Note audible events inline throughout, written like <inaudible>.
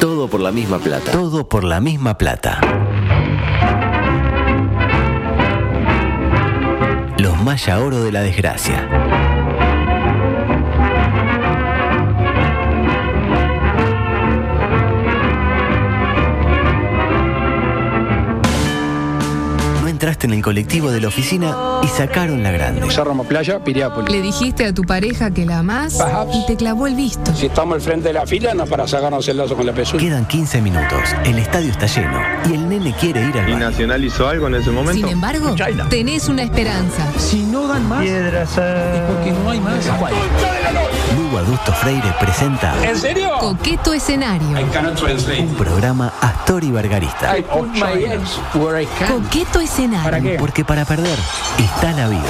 Todo por la misma plata. Todo por la misma plata. Los Maya Oro de la Desgracia. No entraste en el colectivo de la oficina y sacaron la grande. Cerro Playa, Piriápolis. Le dijiste a tu pareja que la amás Perhaps. y te clavó el visto. Si estamos al frente de la fila, no para sacarnos el lazo con la pezuña. Quedan 15 minutos, el estadio está lleno y el nene quiere ir al ¿Y baño. Nacional hizo algo en ese Sin momento? em- embargo, tenés una esperanza. Lugo Adusto Freire presenta ¿En serio? Coqueto escenario. cannot translate. un programa Astor y Bargarista. I put my eggs where I can. Coqueto escenario. Porque para perder está la vida.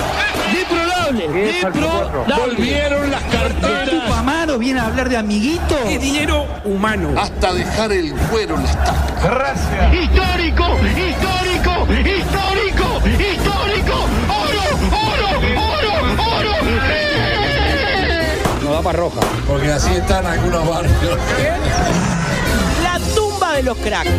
Volvieron las carteras. Amaro viene a hablar de amiguito. Dinero humano. hasta dejar el cuero en las tapas. histórico, histórico, histórico, histórico, oro, oro, oro, oro. ¡Eh! Nos da para roja. Porque así están algunos barrios. La tumba de los cracks.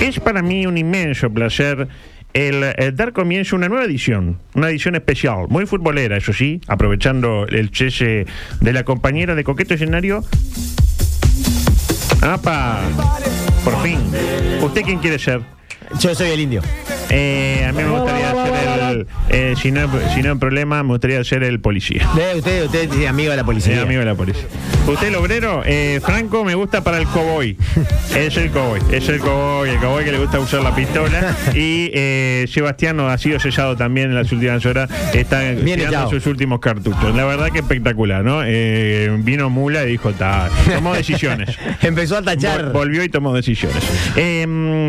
Es para mí un inmenso placer el eh, dar comienzo a una nueva edición, una edición especial, muy futbolera, eso sí, aprovechando el cese de la compañera de Coqueto Escenario. ¡Apa! Por fin. ¿Usted quién quiere ser? Yo soy el indio. Eh, a mí me gustaría ser el. eh, si, no, hay- si no hay problema, me gustaría ser el policía. Eh, usted, usted es amigo de la Sí, policía. amigo de la policía. Usted, el obrero, eh, Franco me gusta para el cowboy. Es el cowboy, es el cowboy, el cowboy que le gusta usar la pistola. Y eh, Sebastián ha sido sellado también en las últimas horas. Está tirando echado. sus últimos cartuchos. La verdad que espectacular, ¿no? Eh, vino Mula y dijo, ta, tomó decisiones. Empezó a tachar. Vol- Volvió y tomó decisiones. Eh,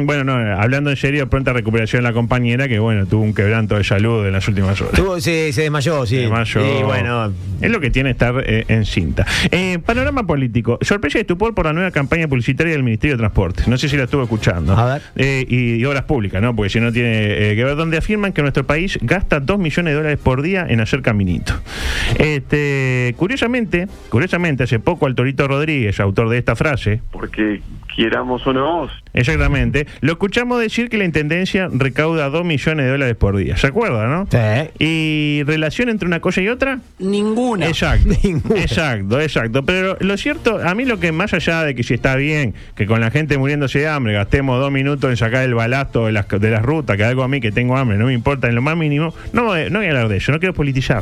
bueno, no, hablando en serio, pronta recuperación de la compañera que, bueno, tuvo un quebranto de salud en las últimas horas. Tuvo- se, se desmayó, sí. Además, yo- Y bueno, Es lo que tiene estar eh, en cinta. Eh, panorama político. Sorpresa y estupor por la nueva campaña publicitaria del Ministerio de Transportes. No sé si la estuvo escuchando. A ver. Eh, y, y obras públicas, ¿no? Porque si no tiene eh, que ver. Donde afirman que nuestro país gasta 2 millones de dólares por día en hacer caminito. Este, curiosamente, curiosamente, hace poco al Torito Rodríguez, autor de esta frase, Porque queramos o no, exactamente, lo escuchamos decir que la Intendencia recauda 2 millones de dólares por día. ¿Se acuerda, no? sí. ¿Y relación entre una cosa y otra? Ninguna. Exacto, <laughs> Ninguna. exacto, exacto. Pero lo cierto, a mí lo que más allá de que si está bien, que con la gente muriéndose de hambre gastemos dos minutos en sacar el balasto de las, de las rutas, que algo a mí que tengo hambre, no me importa en lo más mínimo, no, eh, no voy a hablar de eso, no quiero politizar.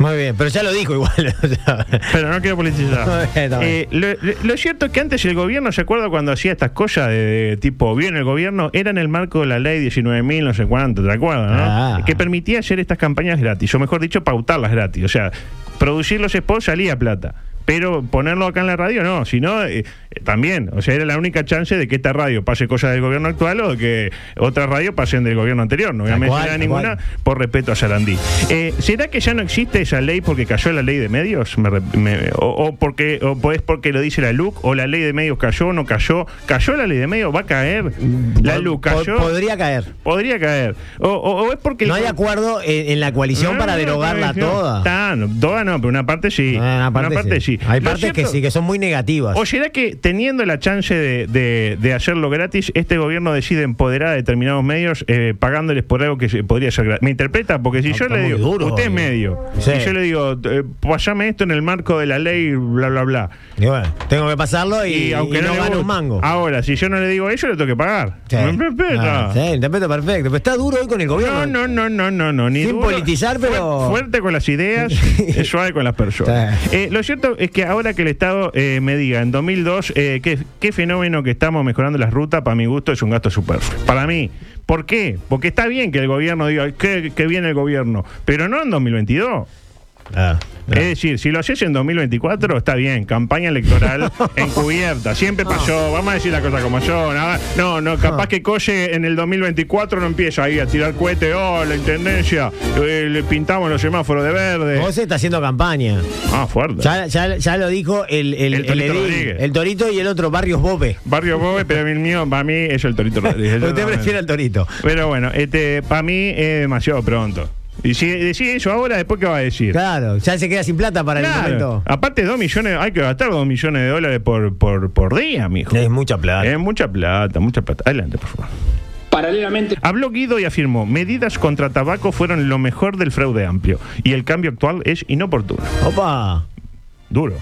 Muy bien, pero ya lo dijo igual. o sea. Pero no quiero <laughs> Está politizar. bien, está bien. Eh, lo, lo- lo cierto es que antes el gobierno, ¿se acuerda cuando hacía estas cosas de, de tipo, bien el gobierno? Era en el marco de la ley 19.000, no sé cuánto, ¿te acuerdas? no? Ah. Que permitía hacer estas campañas gratis, o mejor dicho, pautarlas gratis. O sea, producir los spots salía plata. Pero ponerlo acá en la radio no, sino eh, eh, también, o sea, era la única chance de que esta radio pase cosas del gobierno actual o de que otras radios pasen del gobierno anterior. No voy a Tal cual, mencionar tal ninguna, cual. por respeto a Sarandí. Eh, ¿Será que ya no existe esa ley porque cayó la ley de medios? Me re- me- o, o porque, o es porque lo dice la LUC? ¿O la ley de medios cayó no cayó? ¿Cayó la ley de medios? ¿Va a caer? ¿La Mm, Po- LUC po- cayó? podría caer. Podría caer. O, o- o es porque... el- No hay acuerdo en, en la No, coalición para no, no, derogarla no, no, toda. Ah, Está, no, toda no, pero una parte sí. No, en una parte sí. Hay Lo partes que cierto- sí, que son muy negativas. ¿O será que teniendo la chance de, de- de hacerlo gratis, este gobierno decide empoderar a determinados medios eh, pagándoles por algo que se- podría ser gratis? ¿Me interpreta? Porque si No, yo está le muy digo, duro, usted es eh. medio, Sí. y yo le digo, eh, pasame esto en el marco de la ley, bla, bla, bla. Y bueno, tengo que pasarlo y, Y, aunque y no, le gano guste- un mango. Ahora, si yo no le digo eso, le tengo que pagar. Sí. ¿Me interpreta? Ah, sí, interpreto perfecto. Pero está duro hoy con el gobierno. No, no, no, no, no, no. Ni Sin duro. politizar, pero- Fuer- Fuerte con las <laughs> ideas, eh, suave con las personas. Sí. Eh, lo cierto es que ahora que el Estado eh, me diga, en 2002, eh, qué, qué fenómeno que estamos mejorando las rutas, para mi gusto es un gasto superfluo. Para mí. ¿Por qué? Porque está bien que el gobierno diga, "Ay, qué, qué bien el gobierno, pero no en 2022. Ah, no. Es decir, si lo haces en 2024, está bien, campaña <laughs> electoral encubierta, siempre pasó, vamos a decir la cosa como son. ah, No, no, capaz que Colle en el 2024 no empieza ahí a tirar cohete, oh, la intendencia, eh, le pintamos los semáforos de verde. Vos está haciendo campaña. Ah, fuerte. Ya, ya- ya lo dijo el, el, El Torito edil, Rodríguez. el Torito y el otro, Barrios <laughs> Bope. Barrio Bobe, pero el mío, para mí, <laughs> es el Torito Rodríguez. Usted prefiere al Torito. Pero bueno, este, para mí es demasiado pronto. Y Y si decís eso ahora, después qué va a decir. Claro, ya se queda sin plata para Claro. el momento. Aparte, dos millones, hay que gastar dos millones de dólares por, por, por día, mijo. Es mucha plata. Es Eh, mucha plata, mucha plata. Adelante, por favor. Paralelamente, Habló Guido y afirmó, medidas contra tabaco fueron lo mejor del fraude amplio y el cambio actual es inoportuno. Opa. Duro.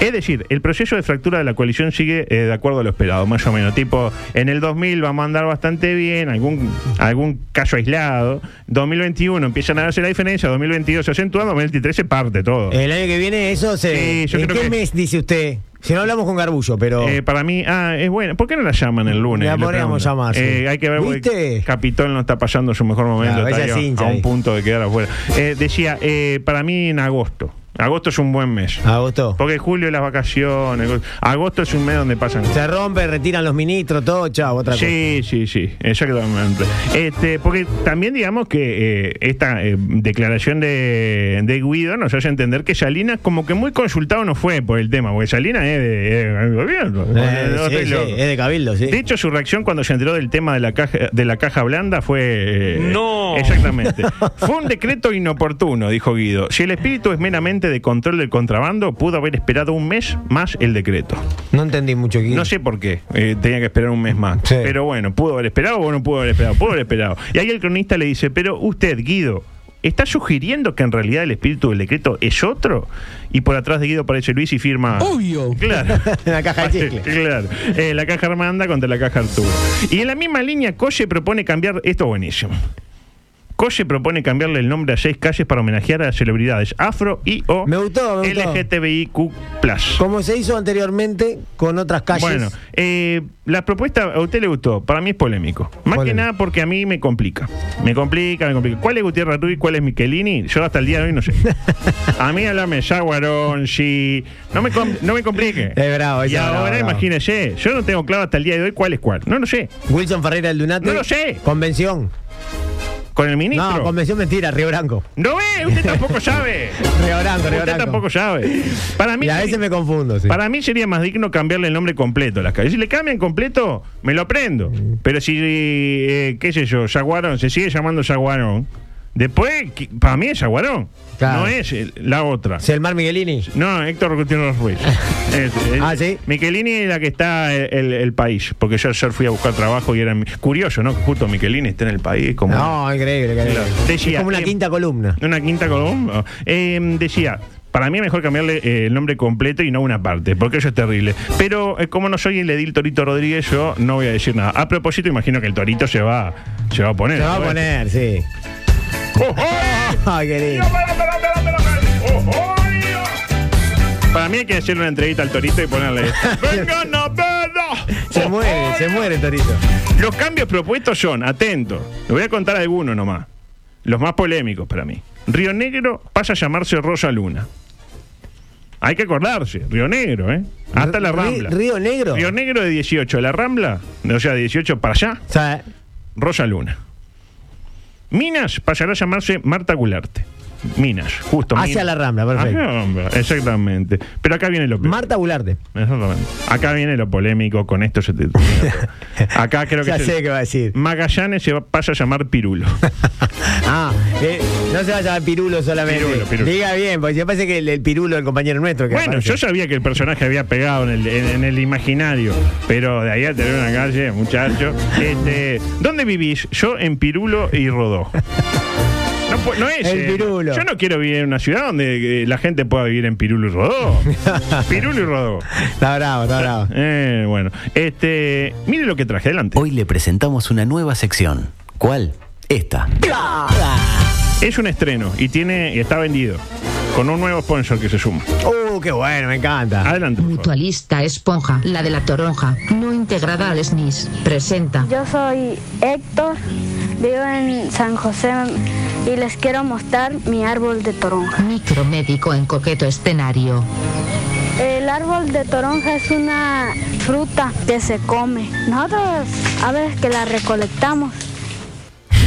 Es decir, el proceso de fractura de la coalición sigue eh, de acuerdo a lo esperado, más o menos. Tipo, en el 2000 vamos a andar bastante bien, algún, algún caso aislado. 2021 empiezan a darse la diferencia, 2022 se acentúa, 2023 se parte todo. El año que viene eso se... Sí, yo ¿En creo qué que- mes dice usted? Si no hablamos con Garbullo, pero... Eh, para mí, ah, es bueno. ¿Por qué no la llaman el lunes? La Le podríamos pregunto. llamar, sí. Eh, hay que ver porque ¿Viste? Capitol no está pasando su mejor momento. Claro, está ella ahí es a- hincha a, un ahí. punto de quedar afuera. Eh, decía, eh, para mí en agosto. Agosto es un buen mes. Ah. Agosto. Porque julio y las vacaciones. Agosto es un mes donde pasan cosas. Se rompe, retiran los ministros, todo, chao, otra cosa. Sí, sí, sí, exactamente. Este, porque también digamos que eh, esta eh, declaración de, de Guido nos hace entender que Salinas como que muy consultado no fue por el tema, porque Salinas es de- es del gobierno. Eh, No sí, estoy sí, loco. es de Cabildo, sí. De hecho, su reacción cuando se enteró del tema de la caja, de la caja blanda fue... no. Exactamente. <laughs> Fue un decreto inoportuno, dijo Guido. Si el espíritu es meramente de control del contrabando, pudo haber esperado un mes más el decreto. No entendí mucho aquí. No sé por qué. eh, tenía que esperar un mes más. Sí. Pero bueno, pudo haber esperado o no pudo haber esperado. Pudo haber esperado. Y ahí el cronista le dice, pero usted, Guido, ¿está sugiriendo que en realidad el espíritu del decreto es otro? Y por atrás de Guido aparece Luis y firma... obvio. Claro. <laughs> La caja de <laughs> chicle. claro. Eh, la caja Armanda contra la caja Arturo. Y en la misma línea, Colle propone cambiar... Esto es buenísimo. Colle propone cambiarle el nombre a seis calles para homenajear a celebridades afro y o Me gustó, me gustó. LGTBIQ+. Como se hizo anteriormente con otras calles. Bueno, eh, la propuesta a usted le gustó, para mí es polémico. Más que Polémico. nada porque a mí me complica. Me complica, me complica. ¿Cuál es Gutiérrez Rubí, cuál es Michelini? Yo hasta el día de hoy no sé. <laughs> a mí háblame Yaguarón, sí. No me, com- no me complique. Es bravo, es y bravo, ahora bravo. imagínese, yo no tengo claro hasta el día de hoy cuál es cuál. No lo sé. Wilson Ferreira del Dunate. No lo sé. Convención. ¿Con el ministro? No, No, convención mentira, Río Branco. ve, usted tampoco <laughs> sabe. Río Branco, Río usted Branco. tampoco sabe. Para mí Y a veces me confundo, sí. Para mí sería más digno cambiarle el nombre completo a las calles. Si le cambian completo, me lo aprendo. Pero si, eh, qué sé yo, Jaguarón, se sigue llamando Jaguarón, después, qui- para mí es Jaguarón. Claro. No es eh, la otra. Selmar Miguelini. No, Héctor Gutiérrez <laughs> Ruiz. Es- es- Ah, ¿sí? Michelini es la que está el, el- el país, porque yo ayer fui a buscar trabajo y era mi- curioso, ¿no? Que Justo Michelini esté en el país como... No, increíble, increíble. Claro. es Decía, como una eh, quinta columna. Una quinta columna. Eh, decía, para mí es mejor cambiarle eh, el nombre completo y no una parte, porque eso es terrible. Pero eh, como no soy el edil Torito Rodríguez, yo no voy a decir nada. A propósito, imagino que el Torito se va, se va a poner. Se va a ¿no? poner, sí. <laughs> ¡Oh, oh! Ay, qué lindo. Para mí hay que hacerle una entrevista al Torito y <laughs> ponerle... ¡Vengan a verlo! Se ¡Oh, muere, oh! se muere, Torito. Los cambios propuestos son, atento, le voy a contar algunos nomás, los más polémicos para mí. Río Negro pasa a llamarse Rosa Luna. Hay que acordarse, Río Negro, ¿eh? Hasta la Ri- Rambla. Río Negro. Río Negro de 18, la Rambla, o sea, de 18 para allá, O sea, Rosa Luna. Minas pasará a llamarse Marta Gularte. Minas, justo. Hacia Minas. la Rambla, perfecto. Hacia la Rambla, Exactamente. Pero acá viene lo peor. Marta Bularte. Exactamente. Acá viene lo polémico, con esto se <laughs> te... Acá creo que... Ya se- sé qué va <laughs> a decir. Magallanes se va- pasa a llamar <laughs> Pirulo. Ah, eh, no se va a llamar Pirulo solamente. Pirulo, Pirulo. Diga bien, porque se parece que el, el Pirulo, el compañero nuestro. Que bueno, aparece. yo sabía que el personaje había pegado en el, en- en el imaginario, pero de ahí a tener una calle, muchacho. Este, ¿Dónde vivís? Yo en Pirulo y Rodó. No, pu- no es. El eh, Pirulo. Yo no quiero vivir en una ciudad donde eh, la gente pueda vivir en Pirulo y <laughs> Rodó. Pirulo y Rodó. Está bravo, está bravo. Eh, bueno, este, mire lo que traje adelante. Hoy le presentamos una nueva sección. ¿Cuál? Esta. Es un estreno y tiene y está vendido con un nuevo sponsor que se suma. Uh, qué bueno, me encanta. Adelante. por favor. Mutualista Esponja, la de la toronja, no integrada al SNIS, presenta. Yo soy Héctor, vivo en San José y les quiero mostrar mi árbol de toronja. Micromédico en coqueto escenario. El árbol de toronja es una fruta que se come. Nosotros a veces que la recolectamos.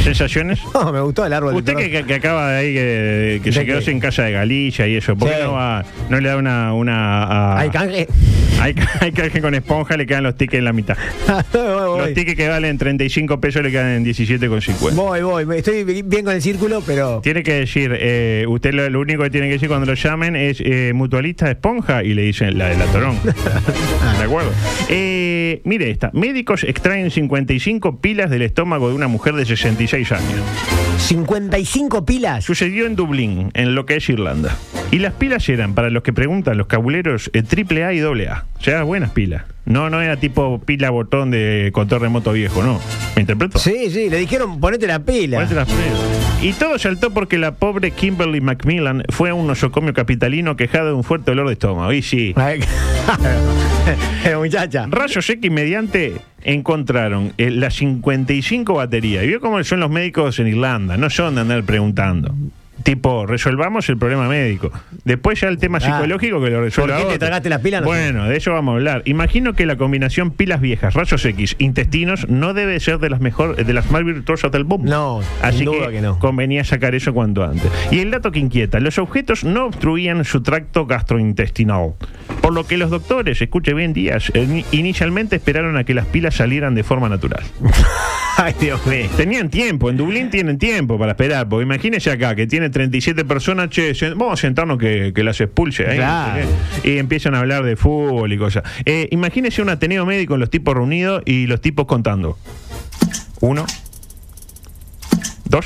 ¿Sensaciones? No, Oh, me gustó el árbol. de Usted terror. que, que- que acaba de ahí, que, que ¿De se quedó qué? sin casa de Galicia y eso, ¿por qué Sí. no, va, no le da una... una a- Ay, canje. <laughs> hay, ca- <laughs> hay canje con esponja, le quedan los tickets en la mitad. Los pues. voy, voy. tickets que valen 35 pesos le quedan en 17,50. voy, voy. Me- Estoy bi- bien con el círculo, pero. Tiene que decir, eh, usted lo, lo único que tiene que decir cuando lo llamen es eh, mutualista de esponja y le dicen la de la torón. <laughs> ¿De acuerdo? Eh, mire esta, médicos extraen 55 pilas del estómago de una mujer de 66 años. 55 pilas. Sucedió en Dublín, en lo que es Irlanda. Y las pilas eran, para los que preguntan, los cabuleros eh, triple A y doble A. O sea, buenas pilas. No, no era tipo pila botón de control remoto viejo, no. ¿Me interpreto? Sí, sí, le dijeron ponete la pila. Ponete las pilas. Y todo saltó porque la pobre Kimberly Macmillan fue a un nosocomio capitalino quejada de un fuerte dolor de estómago. Y sí. <laughs> Ay, <laughs> eh, Muchacha. Rayos X mediante encontraron eh, las 55 baterías. Y vio cómo son los médicos en Irlanda, no son de andar preguntando. Tipo, resolvamos el problema médico. Después ya el tema Ah. psicológico que lo resuelva. ¿Por qué te otro. tragaste las pilas? No Bueno, de eso vamos a hablar. Imagino que la combinación pilas viejas, rayos X, intestinos, no debe ser de las mejor, de las más virtuosas del mundo. No, sin Así duda que no. convenía sacar eso cuanto antes. Y el dato que inquieta, los objetos no obstruían su tracto gastrointestinal, por lo que los doctores, escuche bien Díaz, eh, ni- inicialmente esperaron a que las pilas salieran de forma natural. Ay, Dios mío. Tenían tiempo, en Dublín tienen tiempo para esperar, porque imagínese acá que tiene 37 personas, che, sen- vamos a sentarnos que, que las expulse. ahí, Claro. no sé qué. Y empiezan a hablar de fútbol y cosas. Eh, imagínese un ateneo médico en los tipos reunidos y los tipos contando. Uno. <laughs> Dos.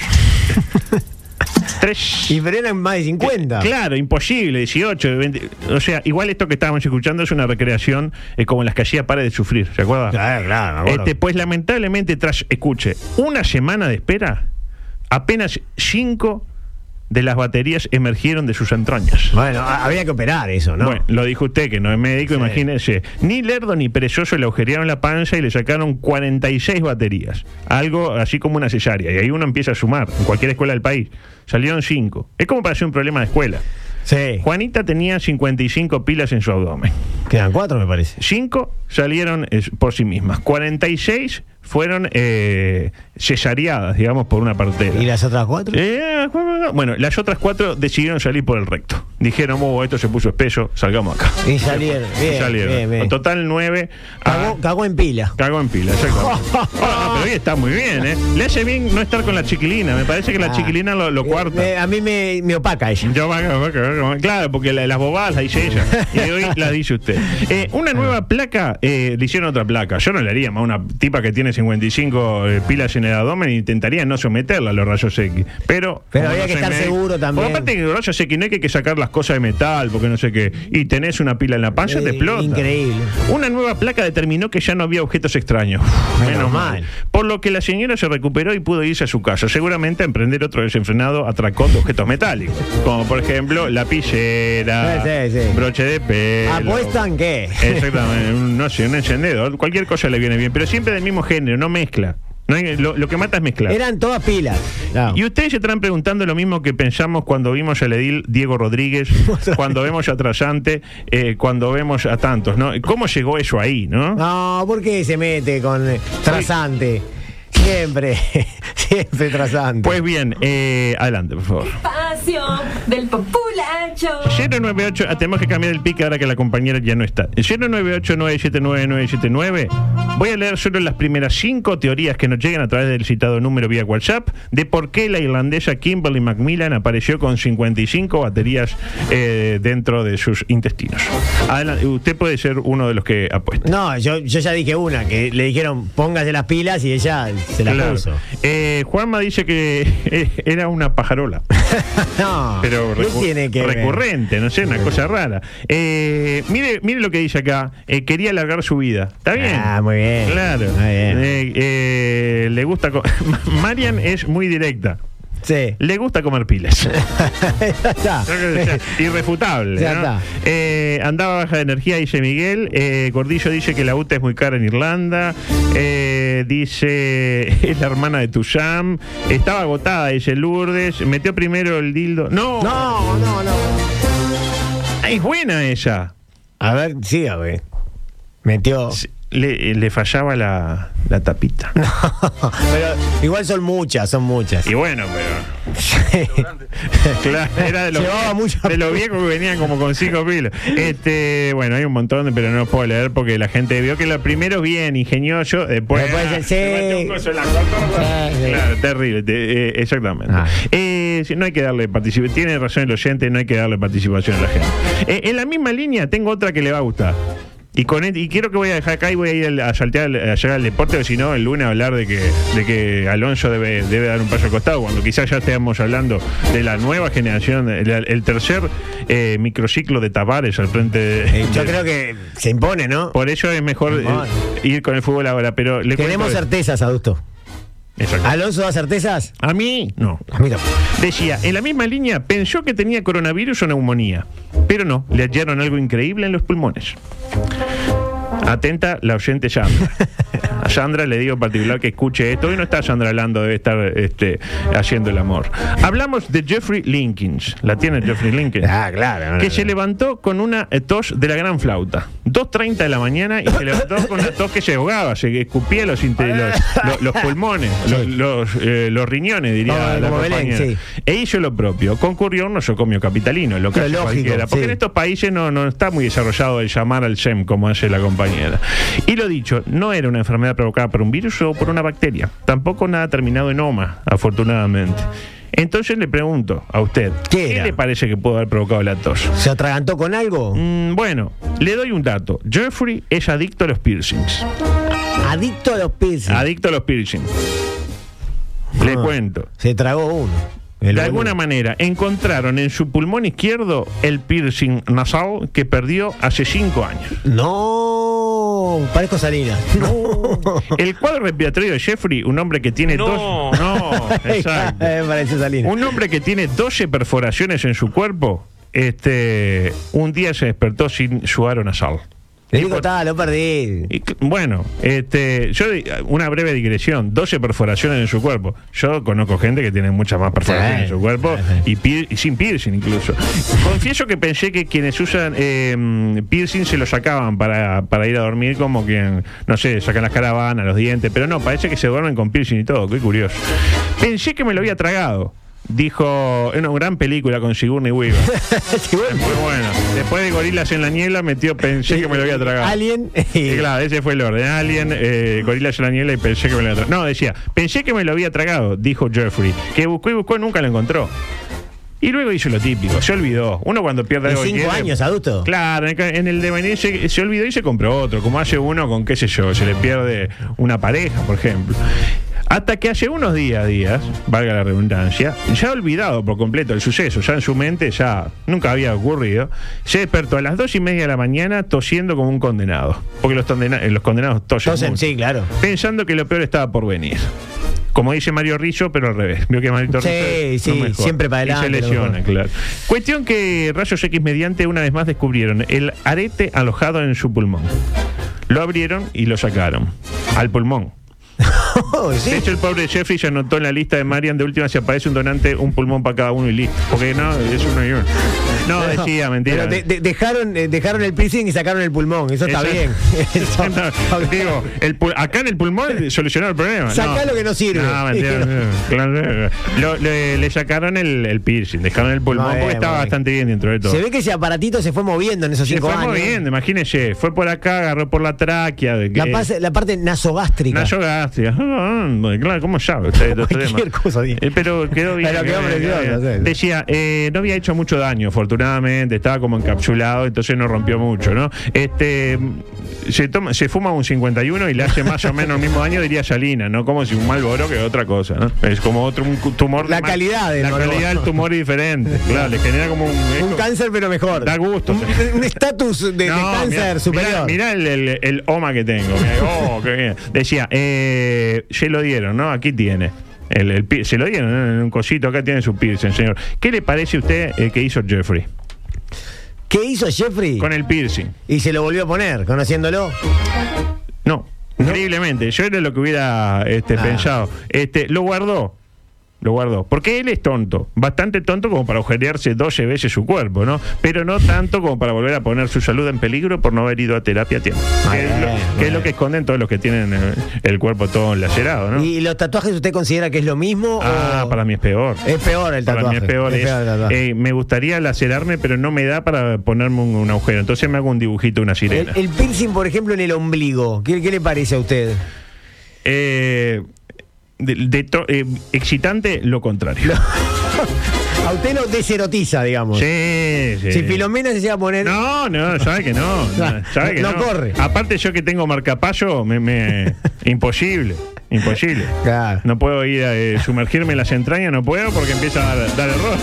tres. Y pero eran más de 50. Eh, Claro, imposible, 18, 20. O sea, igual esto que estábamos escuchando es una recreación eh, como las que hacía Pare de Sufrir, ¿se acuerda? Claro, claro, me acuerdo. Este, pues lamentablemente, tras, escuche, una semana de espera, apenas cinco de las baterías emergieron de sus entrañas. Bueno, a- había que operar eso, ¿no? Bueno, lo dijo usted, que no es médico, Sí. imagínese. Ni lerdo ni perezoso le agujerearon la panza y le sacaron 46 baterías. Algo así como una cesárea. Y ahí uno empieza a sumar, en cualquier escuela del país. Salieron cinco. Es como para hacer un problema de escuela. sí. Juanita tenía 55 pilas en su abdomen. Quedan cuatro, me parece. 5 salieron eh, por sí mismas. 46 fueron eh, cesareadas, digamos, por una partera. ¿Y las otras cuatro? Eh, bueno, las otras cuatro decidieron salir por el recto. Dijeron, oh, esto se puso espeso, salgamos acá. Y salieron. Bien, Y salieron. Ah. bien, bien. Total 9. Cagó, cagó en pila. Cago en pila, <laughs> exactamente. Ah, pero hoy está muy bien, ¿eh? Le hace bien no estar con la chiquilina. Me parece que la Ah. chiquilina lo, lo Eh, cuarta. me- a mí me, me opaca ella. Yo, vaca, vaca, vaca, claro, porque la- las bobadas las dice ella. Y hoy las dice usted. Eh, Ah. una nueva placa, eh, le hicieron otra placa. Yo no le haría más a una tipa que tiene 55 eh, pilas en el abdomen e intentaría no someterla a los rayos X. Pero. Pero como había no que soy estar seguro también. Porque aparte que los rayos X no hay que, que sacar las cosas de metal, porque no sé qué. Y tenés una pila en la panza, Eh, te explota. increíble. Una nueva placa determinó que ya no había objetos extraños. Menos mal. Por lo que la señora se recuperó y pudo irse a su casa, seguramente a emprender otro desenfrenado atracón de objetos metálicos, como por ejemplo lapicera, Sí, sí, sí. broche de pelo. ¿Apuestan qué? <laughs> Exactamente, un- no sé, un encendedor, cualquier cosa le viene bien, pero siempre del mismo género, no mezcla. No hay- lo, lo que mata es mezclar. Eran todas pilas. No. Y ustedes se estarán preguntando lo mismo que pensamos cuando vimos al edil Diego Rodríguez, cuando vemos a Trasante, eh, cuando vemos a tantos, ¿no? ¿Cómo llegó eso ahí, no? No, ¿por qué se mete con eh, trasante? Siempre, <laughs> siempre trasante. Pues bien, eh, adelante, por favor. del populacho. 098, ah, tenemos que cambiar el pique ahora que la compañera ya no está. 098-979-979. Voy a leer solo las primeras cinco teorías que nos llegan a través del citado número vía WhatsApp de por qué la irlandesa Kimberly Macmillan apareció con 55 baterías eh, dentro de sus intestinos. Adelante, usted puede ser uno de los que apuesta. no, yo, yo ya dije una, que le dijeron póngase las pilas y ella se las Claro. puso. Eh, Juanma dice que <laughs> eh, era una pajarola. No, pero Ah. ¿qué recu- tiene que ver? recurrente, no sé, una cosa rara. Eh, mire, mire lo que dice acá. eh, quería alargar su vida. ¿Está bien? Ah, muy bien. Claro. Muy bien. Eh, eh, le gusta. co- <laughs> Marian es muy directa. Sí. <laughs> Le gusta comer pilas. ya está. Creo que, o sea, Irrefutable. Ya ¿no? está. Eh, andaba baja de energía, dice Miguel. Eh, Gordillo dice que la UTA es muy cara en Irlanda. Eh, dice, <laughs> es la hermana de Tusham. Estaba agotada, dice Lourdes. Metió primero el dildo. No, No, no, no. Ah, es buena esa. A ver, sí, a ver. Metió. Sí. le, le fallaba la, la tapita. <laughs> Pero igual son muchas, son muchas. <laughs> Y bueno, pero. Claro, era de los, <laughs> Llevaba mucha- de los viejos que venían como con cinco pilas. Este, bueno, hay un montón, de- pero no los puedo leer porque la gente vio que lo primero es bien ingenioso, después. Después, ah, sí. le metió un coso en la cotorra. Sí, sí. Claro, terrible, te- eh, exactamente. Ah. Eh, sí, no hay que darle participación. Tiene razón el oyente, no hay que darle participación a la gente. Eh, en la misma línea tengo otra que le va a gustar. Y, con este- y quiero que voy a dejar acá y voy a ir al- a saltear al- a llegar al deporte, o si no, el lunes hablar de que, de que Alonso debe, debe dar un paso al costado, cuando quizás ya estemos hablando de la nueva generación, el, el tercer eh, microciclo de Tavares al frente de, Eh, Yo de- creo que se impone, ¿no? Por ello es mejor eh, Bueno. ir con el fútbol ahora, pero le Tenemos cuento- certezas, adusto. Exacto. ¿Alonso da certezas? A mí, no. A mí tampoco. Decía, en la misma línea, pensó que tenía coronavirus o neumonía, pero no, le hallaron algo increíble en los pulmones. Atenta la oyente Sandra. A Sandra le digo en particular que escuche esto. Hoy no está Sandra hablando, debe estar este, haciendo el amor. Hablamos de Jeffrey Linkins. ¿La tiene Jeffrey Linkins? Ah, claro. que se levantó con una eh, tos de la gran flauta. 2.30 de la mañana y se levantó con una tos que se ahogaba, se escupía los, inte- los, lo- los pulmones, los, los, eh, los riñones, diría Ah, la como Belén, compañera. sí. E hizo lo propio. Concurrió a un nosocomio capitalino, lo que Pero hace lógico, cualquiera. Porque sí. en este estos países no, no está muy desarrollado el llamar al SEM, como hace la compañera. Y lo dicho, no era una enfermedad provocada por un virus o por una bacteria. Tampoco nada terminado en OMA, afortunadamente. Entonces le pregunto a usted, ¿Qué ¿qué era? le parece que pudo haber provocado la tos? ¿Se atragantó con algo? Mm, bueno, le doy un dato. Jeffrey es adicto a los piercings. Adicto a los piercings. Adicto a los piercings. Le Ah. cuento. Se tragó uno. El De boludo. alguna manera, encontraron en su pulmón izquierdo el piercing nasal que perdió hace cinco años. No, <laughs> parezco Salinas. <laughs> No. El cuadro respiratorio de Jeffrey, un hombre que tiene dos... <laughs> No, exacto. Me parece Salinas. Un hombre que tiene 12 perforaciones en su cuerpo, este, un día se despertó sin su aro nasal. Le digo, está, lo perdí. Y c- bueno, este, yo di- una breve digresión, 12 perforaciones en su cuerpo. Yo conozco gente que tiene muchas más perforaciones Sí, en su cuerpo y, pir- y sin piercing incluso. Confieso que pensé que quienes usan eh, piercing se lo sacaban para, para ir a dormir como quien, no sé, sacan las caravanas, los dientes, pero no, parece que se duermen con piercing y todo, qué curioso. Pensé que me lo había tragado. Dijo, en una gran película con Sigourney <laughs> Weaver. Muy bueno. Después de Gorilas en la Niebla metió, pensé que me eh, lo había tragado. Alien. <laughs> Sí, Eh, claro, ese fue el orden. Alien, eh, Gorilas en la niebla y pensé que me lo había tragado. No, decía, pensé que me lo había tragado, dijo Jeffrey, que buscó y buscó, nunca lo encontró. Y luego hizo lo típico, se olvidó. Uno cuando pierde De algo que cinco quiere- años, adulto. Claro, en el- en el devenir se, se olvidó y se compró otro, como hace uno con qué sé yo, se le pierde una pareja, por ejemplo. Hasta que hace unos días, días, valga la redundancia, ya ha olvidado por completo el suceso, ya en su mente ya nunca había ocurrido, se despertó a las dos y media de la mañana tosiendo como un condenado, porque los, condena- eh, los condenados tosen, Entonces, mucho, sí, claro. pensando que lo peor estaba por venir. Como dice Mario Rizzo, pero al revés. Vio que Mario Sí, Rizzo sí, no mejor. siempre para Y se adelante, lo lesiona, mejor. claro. Cuestión que rayos X mediante una vez más descubrieron el arete alojado en su pulmón. Lo abrieron y lo sacaron. Al pulmón. <laughs> Oh, De sí. hecho, el pobre Jeffrey se anotó en la lista de Marian de última si aparece un donante, un pulmón para cada uno y listo. Porque no, es uno y uno. No, decía, mentira. Pero de- de- dejaron, eh, dejaron el piercing y sacaron el pulmón. Eso está Eso- <laughs> bien. <laughs> Eso- No, digo, el pul- acá en el pulmón <laughs> solucionó el problema. Sacá lo que no sirve. No, mentira, mentira. <laughs> Claro, lo- le, le sacaron el, el piercing, dejaron el pulmón Muy bien, porque estaba muy bien. bastante bien dentro de todo. Se ve que ese aparatito se fue moviendo en esos Se cinco fue años. moviendo, imagínese. Fue por acá, agarró por la tráquea. de La, que- pas- la parte nasogástrica. Nasogástrica. Ah, ah, Claro, ¿cómo sabe usted <laughs> de estos temas? Cualquier cosa dice. Eh, Pero quedó bien. Pero quedó precioso, sí. Decía, eh, no había hecho mucho daño, afortunadamente. Estaba como encapsulado, entonces no rompió mucho, ¿no? Este. Se, toma, se fuma un 51 y le hace más o menos el mismo daño, diría Salina, ¿no? Como si un malboro que otra cosa, ¿no? Es como otro un cu- tumor. La más- calidad del La Marlboro. calidad del tumor es diferente. Claro, le genera como un. es Un como- cáncer, pero mejor. Da gusto. Un- Un estatus de, de No, cáncer mirá, superior. Mirá, mirá el, el- el OMA que tengo. Mirá, <laughs> oh, qué bien. Decía, eh, se lo dieron, ¿no? Aquí tiene. El, el pi- se lo dieron ¿no? en un cosito, acá tiene su piercing, señor. ¿Qué le parece a usted eh, que hizo Jeffrey? ¿Qué hizo Jeffrey? Con el piercing. Y se lo volvió a poner, conociéndolo. No, increíblemente. Yo era lo que hubiera este, Ah. pensado. Este, lo guardó. Lo guardó. Porque él es tonto. Bastante tonto como para agujerearse 12 veces su cuerpo, ¿no? Pero no tanto como para volver a poner su salud en peligro por no haber ido a terapia a tiempo. Que es lo- Ah, bien, que es lo que esconden todos los que tienen eh, el cuerpo todo lacerado, ¿no? ¿Y eh, los tatuajes usted considera que es lo mismo? Ah, o- para mí es peor. Es peor el Para tatuaje. mí es peor. es, el tatuaje. eh, me gustaría lacerarme, pero no me da para ponerme un, un agujero. Entonces me hago un dibujito, una el, sirena. el piercing, por ejemplo, en el ombligo. ¿Qué, qué le parece a usted? Eh, de- de to- eh, excitante, lo contrario. A usted lo deserotiza, digamos. <laughs> Sí, sí. Si Filomena se llega a poner. No, no, sabe que no. no, sabe que <laughs> No no, corre. Aparte, yo que tengo marcapayo, me, <laughs> me- imposible. Imposible. Claro. No puedo ir a eh, sumergirme en las entrañas, no puedo porque empieza a dar, dar error.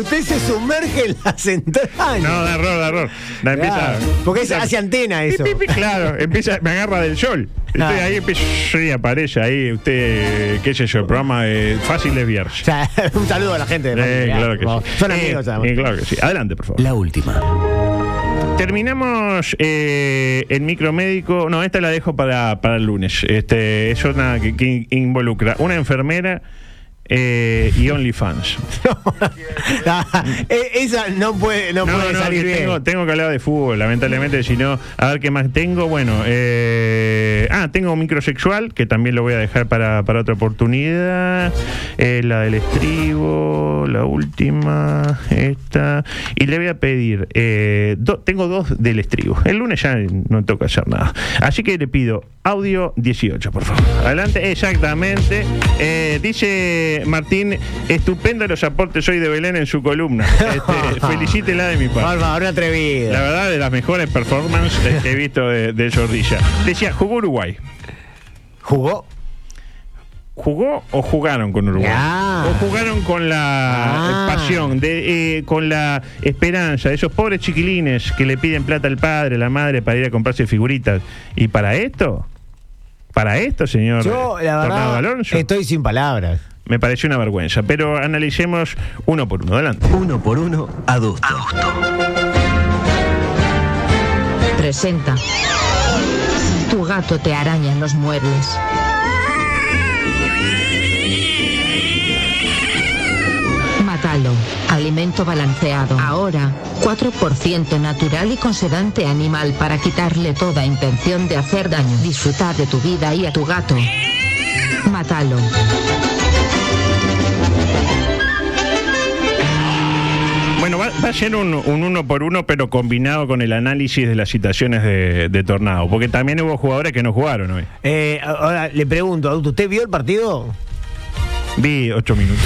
Usted se sumerge en las entrañas. No, da error, da error. Da- empieza- Claro, porque es- empieza- hace antena eso. Pi, pi, pi, claro, empieza, me agarra del sol. Ah. Estoy ahí, empiezo, sí, aparece ahí usted, eh, qué sé yo, el programa de Fácil de O Vierge. sea, <laughs> un saludo a la gente. de Eh, Familia. claro que sí. Son Eh, amigos, además. eh, claro que sí. Adelante, por favor. La <laughs> última. Terminamos eh, el micromédico. No, esta la dejo para, para el lunes. Este, es una que, que in- involucra una enfermera eh, y OnlyFans. Eh, Esa no puede, no puede salir que bien. Tengo, tengo que hablar de fútbol, lamentablemente, si no, a ver qué más tengo. Bueno, eh, ah, tengo un microsexual, que también lo voy a dejar para, para otra oportunidad. Eh, la del estribo, la última, esta. Y le voy a pedir, eh, do- tengo dos del estribo. El lunes ya no toca hacer nada. Así que le pido audio 18, por favor. Adelante, exactamente. Eh, dice Martín, estupenda los aportes hoy de Belén en su <laughs> columna. Este, felicítela de mi Por parte. favor, una atrevida. La verdad, de las mejores performances eh, que he visto de, de Jordilla. Decía, jugó Uruguay. ¿Jugó? ¿Jugó o jugaron con Uruguay? Ah. O jugaron con la Ah. eh, pasión, de, eh, con la esperanza. Esos pobres chiquilines que le piden plata al padre, la madre, para ir a comprarse figuritas. ¿Y para esto? ¿Para esto, señor Yo, la Tornado verdad, Alonso? estoy sin palabras. Me parece una vergüenza. Pero analicemos uno por uno. Adelante. Uno por uno, adusto. Ah, Presenta. Tu gato te araña en los muebles. Matalo. Alimento balanceado. Ahora, 4% natural y con sedante animal para quitarle toda intención de hacer daño. Disfruta de tu vida y a tu gato. Matalo. Bueno, va, va a ser un, un uno por uno, pero combinado con el análisis de las citaciones de, de Tornado. Porque también hubo jugadores que no jugaron hoy. Eh, ahora le pregunto, adulto, ¿usted vio el partido? <laughs> Vi ocho minutos.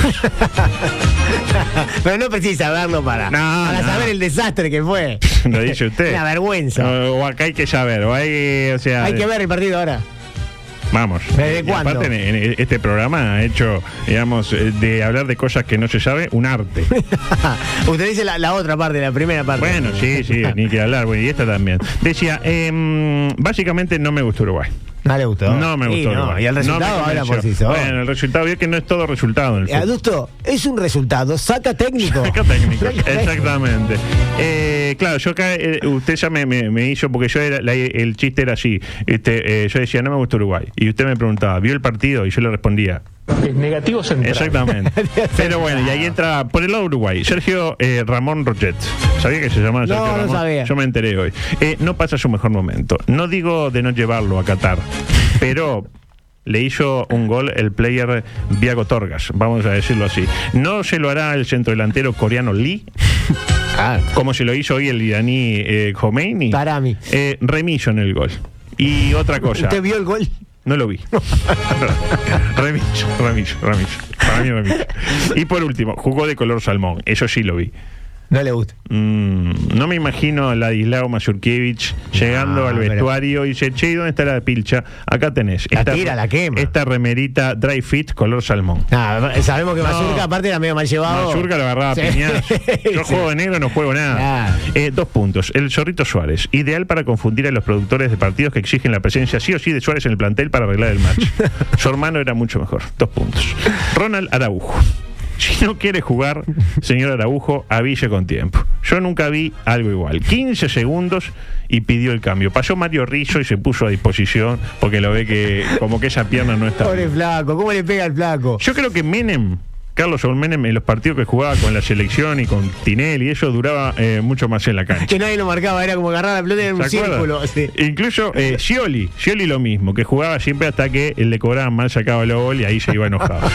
Pero no precisa verlo para, No, para no. saber el desastre que fue. <laughs> Lo dice usted. Una vergüenza. O, o acá hay que saber. O hay, o sea, Hay que ver el partido ahora. <laughs> Vamos. ¿Desde Y cuándo? Aparte, en, en este programa ha hecho, digamos, eh, de hablar de cosas que no se sabe, un <laughs> arte. Usted dice la, la otra parte, la primera parte. Bueno, sí, <laughs> sí, ni que hablar. Bueno, y esta también. Decía, em, básicamente no me gustó Uruguay. No le gustó. No me Y gustó. no, Uruguay. Y el No me resultado habla por sí convenció. solo. Bueno, el resultado, vio que no es todo resultado. En el Eh, fútbol. Adulto, es un resultado, saca técnico. Saca <laughs> técnico, Saca técnico. exactamente. Eh, claro, yo acá, eh, usted ya me, me- me hizo, porque yo era, la- el chiste era así, este, eh, yo decía, no me gusta Uruguay, y usted me preguntaba, ¿vio el partido? Y yo le respondía, Negativo central. <laughs> <laughs> exactamente. Pero bueno, y ahí entra, por el lado de Uruguay, Sergio eh, Ramón Roget, ¿sabía que se llamaba Sergio no Ramón? sabía. Yo me enteré hoy. Eh, no pasa su mejor momento, no digo de no llevarlo a Qatar, pero... Le hizo un gol el player Viago Torgas, vamos a decirlo así. No se lo hará el centrodelantero coreano Lee, Ah, como se lo hizo hoy el iraní eh, Khomeini. Tarami. Eh, remiso en el gol. Y otra cosa. ¿Usted vio el gol? No <laughs> lo vi. remiso, remiso, remiso. Para mí remiso. Y por último, jugó de color salmón. Eso sí lo vi. No le gusta. Mm, no me imagino a Ladislao Mazurkiewicz llegando No, al Ah, pero- vestuario y dice, che, ¿dónde está la pilcha? Acá tenés. La tira, la quema. Esta remerita dry fit color salmón. Ah, sabemos que Mazurka aparte era medio mal llevado. Mazurka lo agarraba a Sí. <laughs> piñazo. Yo Sí. juego de negro, no juego nada. Claro. Eh, dos puntos. El Zorrito Suárez, ideal para confundir a los productores de partidos que exigen la presencia sí o sí de Suárez en el <laughs> plantel para arreglar el match. Su hermano era mucho mejor. Dos puntos. Ronald Araujo. Si no quiere jugar, señor Araujo, avise con tiempo. Yo nunca vi algo igual. 15 segundos y pidió el cambio. Pasó Mario Rizzo y se puso a disposición porque lo ve que como que esa pierna no está. Pobre flaco, ¿cómo le pega al flaco? Yo creo que Menem, Carlos Saúl Menem, en los partidos que jugaba con la selección y con Tinelli, eso duraba eh, mucho más en la cancha. Que nadie lo marcaba, era como agarrar la pelota en <laughs> un ¿Se acuerda? círculo. sí. Incluso eh, Scioli, Scioli lo mismo, que jugaba siempre hasta que le cobraban mal, sacaba el gol y ahí se iba <laughs> enojado.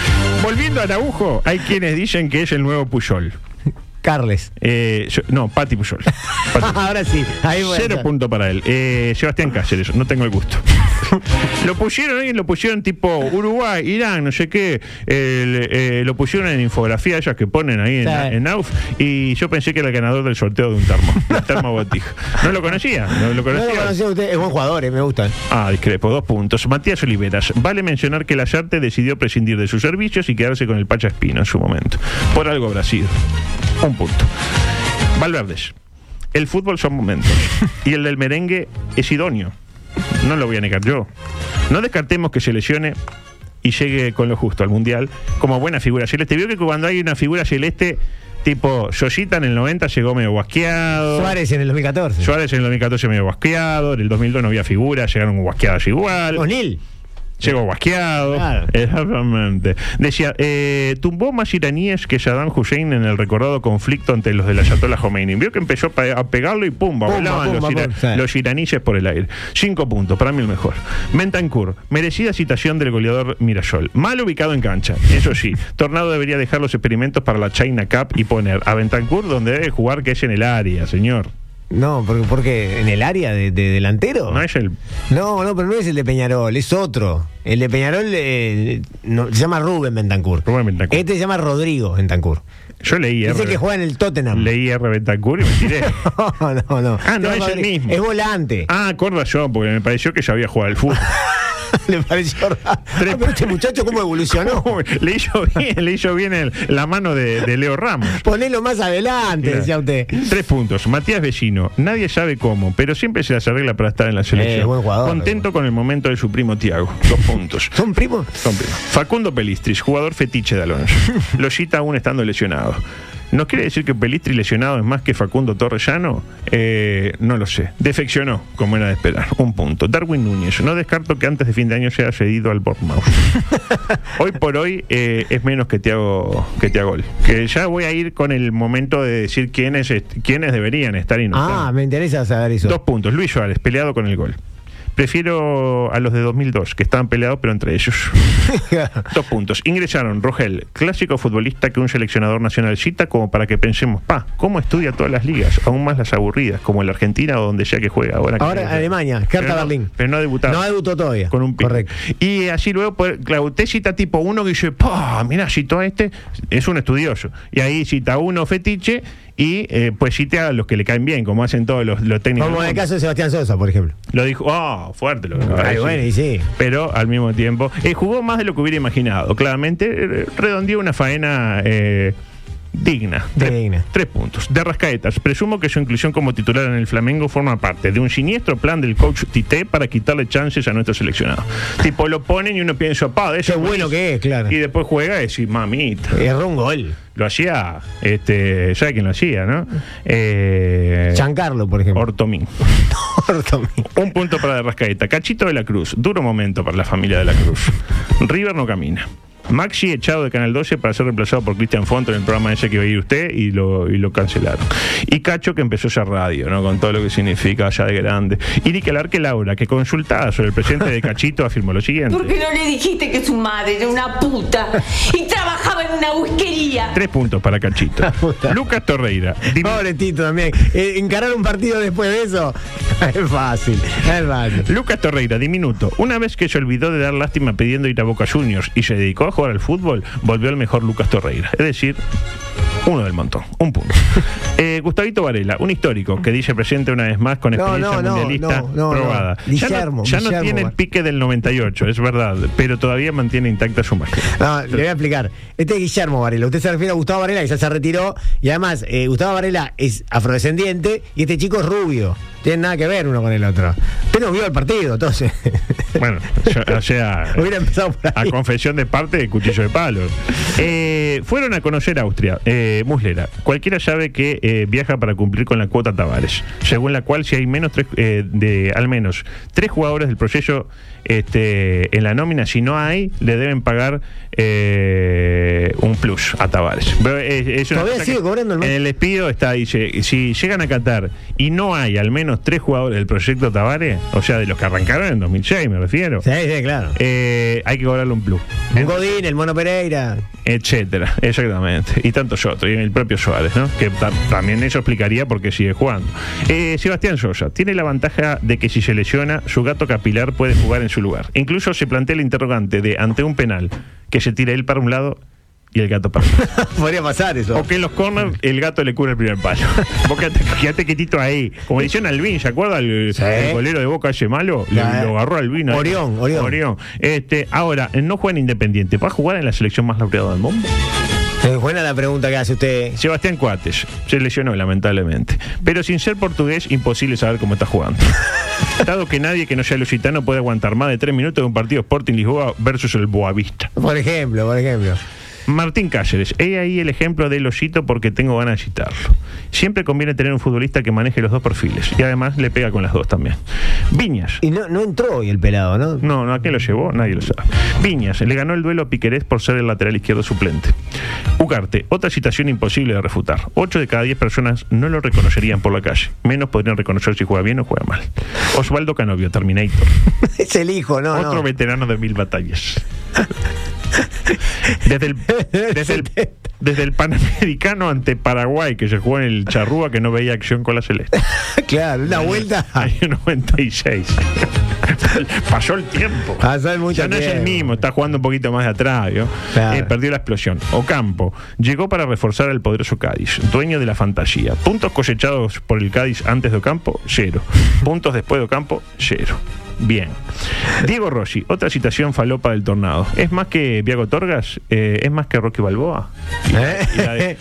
Volviendo a Araujo, hay quienes dicen que es el nuevo Puyol. <laughs> Carles. Eh, yo- no, Pati Puyol. <laughs> Pati Puyol. Ahora sí, ahí voy a Cero estar. punto para él. Eh, Sebastián Cáceres, no tengo el gusto. <laughs> lo pusieron alguien, lo pusieron tipo Uruguay, Irán, no sé qué. El, eh, lo pusieron en infografía, ellas que ponen ahí en, Sí. en AUF. Y yo pensé que era el ganador del sorteo de un termo, de un termo botija. No lo conocía, no lo No conocía. lo conocía usted, es buen jugador, eh, me gusta. Ah, discrepo, dos puntos. Matías Oliveras. Vale mencionar que Lazarte decidió prescindir de sus servicios y quedarse con el Pacha Espino en su momento. Por algo habrá sido. Un punto. Valverdes. El fútbol son momentos. Y el del merengue es idóneo. No lo voy a negar yo. No descartemos que se lesione y llegue con lo justo al Mundial como buena figura celeste. Vio que cuando hay una figura celeste, tipo Yoshita en el 90 llegó medio guasqueado. Suárez en el 2014. Suárez en el 2014 medio guasqueado, en el 2002 no había figura, llegaron guasqueadas igual. O'Neill. Llegó guasqueado. Claro. Exactamente. Decía, eh, tumbó más iraníes que Saddam Hussein en el recordado conflicto ante los de la Ayatollah Khomeini. Vio que empezó pe- a pegarlo y pumba, Pumba, volaban pumba, los, ira- pumba. Sí. los iraníes por el aire. Cinco puntos, para mí el mejor. Mentancur, merecida citación del goleador Mirasol. Mal ubicado en cancha, eso <laughs> sí. Tornado debería dejar los experimentos para la China Cup y poner a Bentancur donde debe jugar, que es en el área, señor. No, porque, porque en el área de, de delantero. No es el No, no, pero no es el de Peñarol, es otro. El de Peñarol eh, no, se llama Rubén Bentancur. Rubén Bentancur. Este se llama Rodrigo Bentancur. Yo leí Dice R. que juega en el Tottenham. Leí R. Bentancur y me <laughs> tiré. no, no, no. Ah, no, Este es el Rodri- mismo. Es volante. ah, con razón, porque me pareció que ya había jugado al <laughs> fútbol. Le pareció raro. Ah, Tres- pero este muchacho cómo evolucionó. <laughs> Uy, le hizo bien, le hizo bien el- la mano de, de Leo Ramos. Ponelo más adelante, Mira. decía usted. Tres puntos. Matías Vecino. Nadie sabe cómo, pero siempre se las arregla para estar en la selección. Eh, buen jugador. Contento con el momento de su primo Tiago. Dos <laughs> puntos. ¿Son primos? Son primos. Facundo Pelistris, jugador fetiche de <laughs> Alonso. Lo cita aún estando lesionado. ¿Nos quiere decir que Pelistri lesionado es más que Facundo Torrellano? Eh, no lo sé. Defeccionó, como era de esperar. Un punto. Darwin Núñez. No descarto que antes de fin de año sea cedido al <laughs> Bournemouth. hoy por hoy eh, es menos que Tiago que Tiago Gol. Que ya voy a ir con el momento de decir quiénes, est- quiénes deberían estar y no están. Ah, me interesa saber eso. <laughs> Dos puntos. Luis Suárez, peleado con el gol. Prefiero a los de 2002, que estaban peleados, pero entre ellos. Dos puntos. Ingresaron Rogel, clásico futbolista que un seleccionador nacional cita como para que pensemos, pa, ¿cómo estudia todas las ligas? Aún más las aburridas, como en la Argentina o donde sea que juega. Ahora, que- Ahora Alemania, Hertha Pero no- Berlín. Pero no ha debutado. No debutó todavía. Con un pie. Correcto. Y así luego, pues, claro, usted cita tipo uno que dice, pa, mira, citó a este, es un estudioso. Y ahí cita uno fetiche y eh, pues cita a los que le caen bien, como hacen todos los, los técnicos. Como en el caso de Sebastián Sosa, por ejemplo. Lo dijo, oh, fuerte lo que acaba de Ay, decir. bueno, y sí. Pero al mismo tiempo, eh, jugó más de lo que hubiera imaginado. Claramente, eh, redondeó una faena eh, digna. Tres- Digna. Tres puntos. De Rascaetas, presumo que su inclusión como titular en el Flamengo forma parte de un siniestro plan del coach Tite para quitarle chances a nuestro seleccionado. tipo, lo ponen y uno piensa, pa, de eso Qué bueno que es, claro. Y después juega y decís, mamita. Erró un gol. Lo hacía, este, ¿sabe quién lo hacía, no? Eh, Giancarlo, por <laughs> ejemplo. Ortomín. Ortomí. Un punto para de Rascaeta. Cachito de la Cruz. Duro momento para la familia de la Cruz. River no camina. Maxi echado de Canal 12 para ser reemplazado por Cristian Fonto en el programa ese que iba a ir usted y lo, y lo cancelaron. Y Cacho que empezó esa radio, ¿no? Con todo lo que significa allá de grande. Y Niquelarque Laura, que consultada sobre el presente de Cachito, afirmó lo siguiente. Porque no le dijiste que su madre era una puta y trabajaba en una busquería. Tres puntos para <laughs> Cachito. puta. Lucas Torreira. Dim- Pobre Tito también. Eh, encarar un partido después de eso <laughs> es fácil. Es <laughs> fácil. Lucas Torreira, diminuto. Una vez que se olvidó de dar lástima pidiendo ir a Boca Juniors y se dedicó a jugar al fútbol, volvió el mejor Lucas Torreira. Es decir, uno del montón. Un <laughs> punto. Eh, Gustavito Varela, un histórico que dice presente una vez más con No, experiencia no, no, mundialista no, no, no. probada. Ya Guillermo, ya no Guillermo tiene el Varela. pique del 98, es verdad, pero todavía mantiene intacta su magia. No, le voy a explicar. Este es Guillermo Varela. Usted se refiere a Gustavo Varela, que ya se retiró. Y además, eh, Gustavo Varela es afrodescendiente y este chico es rubio. tienen nada que ver uno con el otro. Usted no vio el partido, entonces. <laughs> <laughs> Bueno, yo- o sea, Hubiera empezado por a ahí. confesión de parte de cuchillo de palo. Eh, fueron a conocer Austria, eh, Muslera. Cualquiera sabe que eh, viaja para cumplir con la cuota Tavares, según la cual si hay menos tres, eh, de al menos tres jugadores del proceso este, en la nómina, si no hay, le deben pagar eh, un plus a Tavares. Pero es- es una Todavía cosa sigue que- cobrando el man. en el despido está, dice, si llegan a Qatar y no hay al menos tres jugadores del proyecto Tavares, o sea, de los que arrancaron en 2006, me refiero. Sí, sí, claro. Eh, hay que cobrarle un plus. Un Godín, el Mono Pereira. <laughs> Etcétera, <laughs> exactamente. Y tantos otros, y el propio Suárez, ¿no? Que ta- también eso explicaría por qué sigue jugando. Eh, Sebastián Sosa tiene la ventaja de que si se lesiona, su gato capilar puede jugar en su lugar. Incluso se plantea el interrogante de, ante un penal, que se tire él para un lado y el gato para el otro. Podría pasar eso. O que en los corners el gato le cubre el primer palo. <laughs> Vos quedate, quedate quietito ahí. Como le hicieron a Albín, ¿se acuerda? El, Sí. el golero de Boca ese malo. Le- Ya, eh. lo agarró Albín. ahí. Orión, Orión. Este, ahora, no juega en Independiente. ¿Va a jugar en la selección más laureada del mundo? Eh, buena la pregunta que hace usted. Sebastián Cuates. Se lesionó, lamentablemente. Pero sin ser portugués, imposible saber cómo está <laughs> jugando. Dado que nadie que no sea lusitano puede aguantar más de tres minutos de un partido Sporting Lisboa versus el Boavista. Por ejemplo, por ejemplo. Martín Cáceres, he ahí el ejemplo del osito porque tengo ganas de citarlo. Siempre conviene tener un futbolista que maneje los dos perfiles y además le pega con las dos también. Viñas. Y no, no entró hoy el pelado, ¿no? No, no, ¿a quién lo llevó? Nadie lo sabe. Viñas, le ganó el duelo a Piquerés por ser el lateral izquierdo suplente. Ugarte, otra citación imposible de refutar. Ocho de cada diez personas no lo reconocerían por la calle. Menos podrían reconocer si juega bien o juega mal. Osvaldo Canovio, Terminator. <laughs> es el hijo, ¿no? Otro no. veterano de mil batallas. <laughs> Desde el, desde, el, desde el Panamericano ante Paraguay, que se jugó en el Charrúa, que no veía acción con la Celeste. <laughs> claro, una Eh, vuelta. <laughs> <laughs> Año 96. Pasó el tiempo. Pasó el Ah, mucho ya no es el tiempo. mismo, está jugando un poquito más de atrás. ¿vio? Claro. Eh, perdió la explosión. Ocampo llegó para reforzar al poderoso Cádiz, dueño de la fantasía. Puntos cosechados por el Cádiz antes de Ocampo, cero. Puntos después de Ocampo, cero. Bien. Diego Rossi, otra citación falopa del tornado. ¿Es más que Viago Torgas? Eh, ¿Es más que Rocky <laughs> Balboa? Y la- y la de- ¿Eh?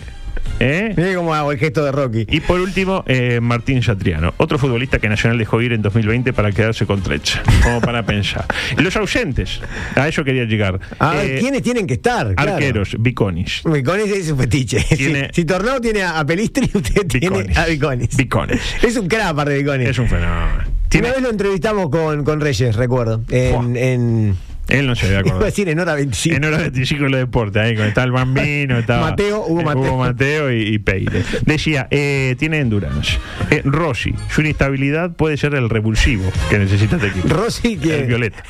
¿Eh? Mire cómo hago el gesto de Rocky. Y por último, eh, Martín Satriano, otro futbolista que Nacional dejó ir en 2020 para quedarse con Trecha, como para pensar. <laughs> Los ausentes, a eso quería llegar. A ver, Eh, ¿quiénes Ah, tienen que estar? Claro. Arqueros, Biconis. Viconis es un fetiche. <laughs> Tiene- si, si Tornado tiene a a Pelistri, usted tiene Viconis. a Viconis. Viconis. <laughs> Es un crack aparte de Viconis. Es un fenómeno. Tiene- Una vez lo entrevistamos con, con Reyes, recuerdo. En, Buah. en, él no <laughs> se había iba a acordado. decir en hora 25. En hora de triciclo de deporte, ahí con está el bambino, estaba Mateo, Hugo eh, Mateo. Mateo y, y Peire. Decía, eh, tiene endurance. Eh, Rossi, su inestabilidad puede ser el revulsivo que necesita este equipo. Rossi, que. Ah, El <laughs> violeta.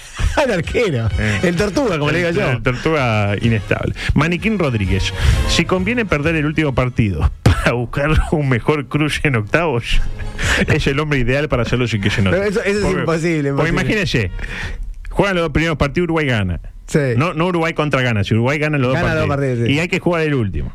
el arquero. Eh. El tortuga, como le digo El- yo. el tortuga inestable. Maniquín Rodríguez. Si conviene perder el último partido <laughs> para buscar un mejor cruce en octavos, <laughs> es el hombre ideal para hacerlo sin que se note. Pero eso- eso es imposible, Porque imposible. imagínese, juegan los dos primeros partidos, Uruguay gana. Sí. No, no Uruguay contra gana, si Uruguay gana los Gana dos los partidos. partidos, sí. Y hay que jugar el último.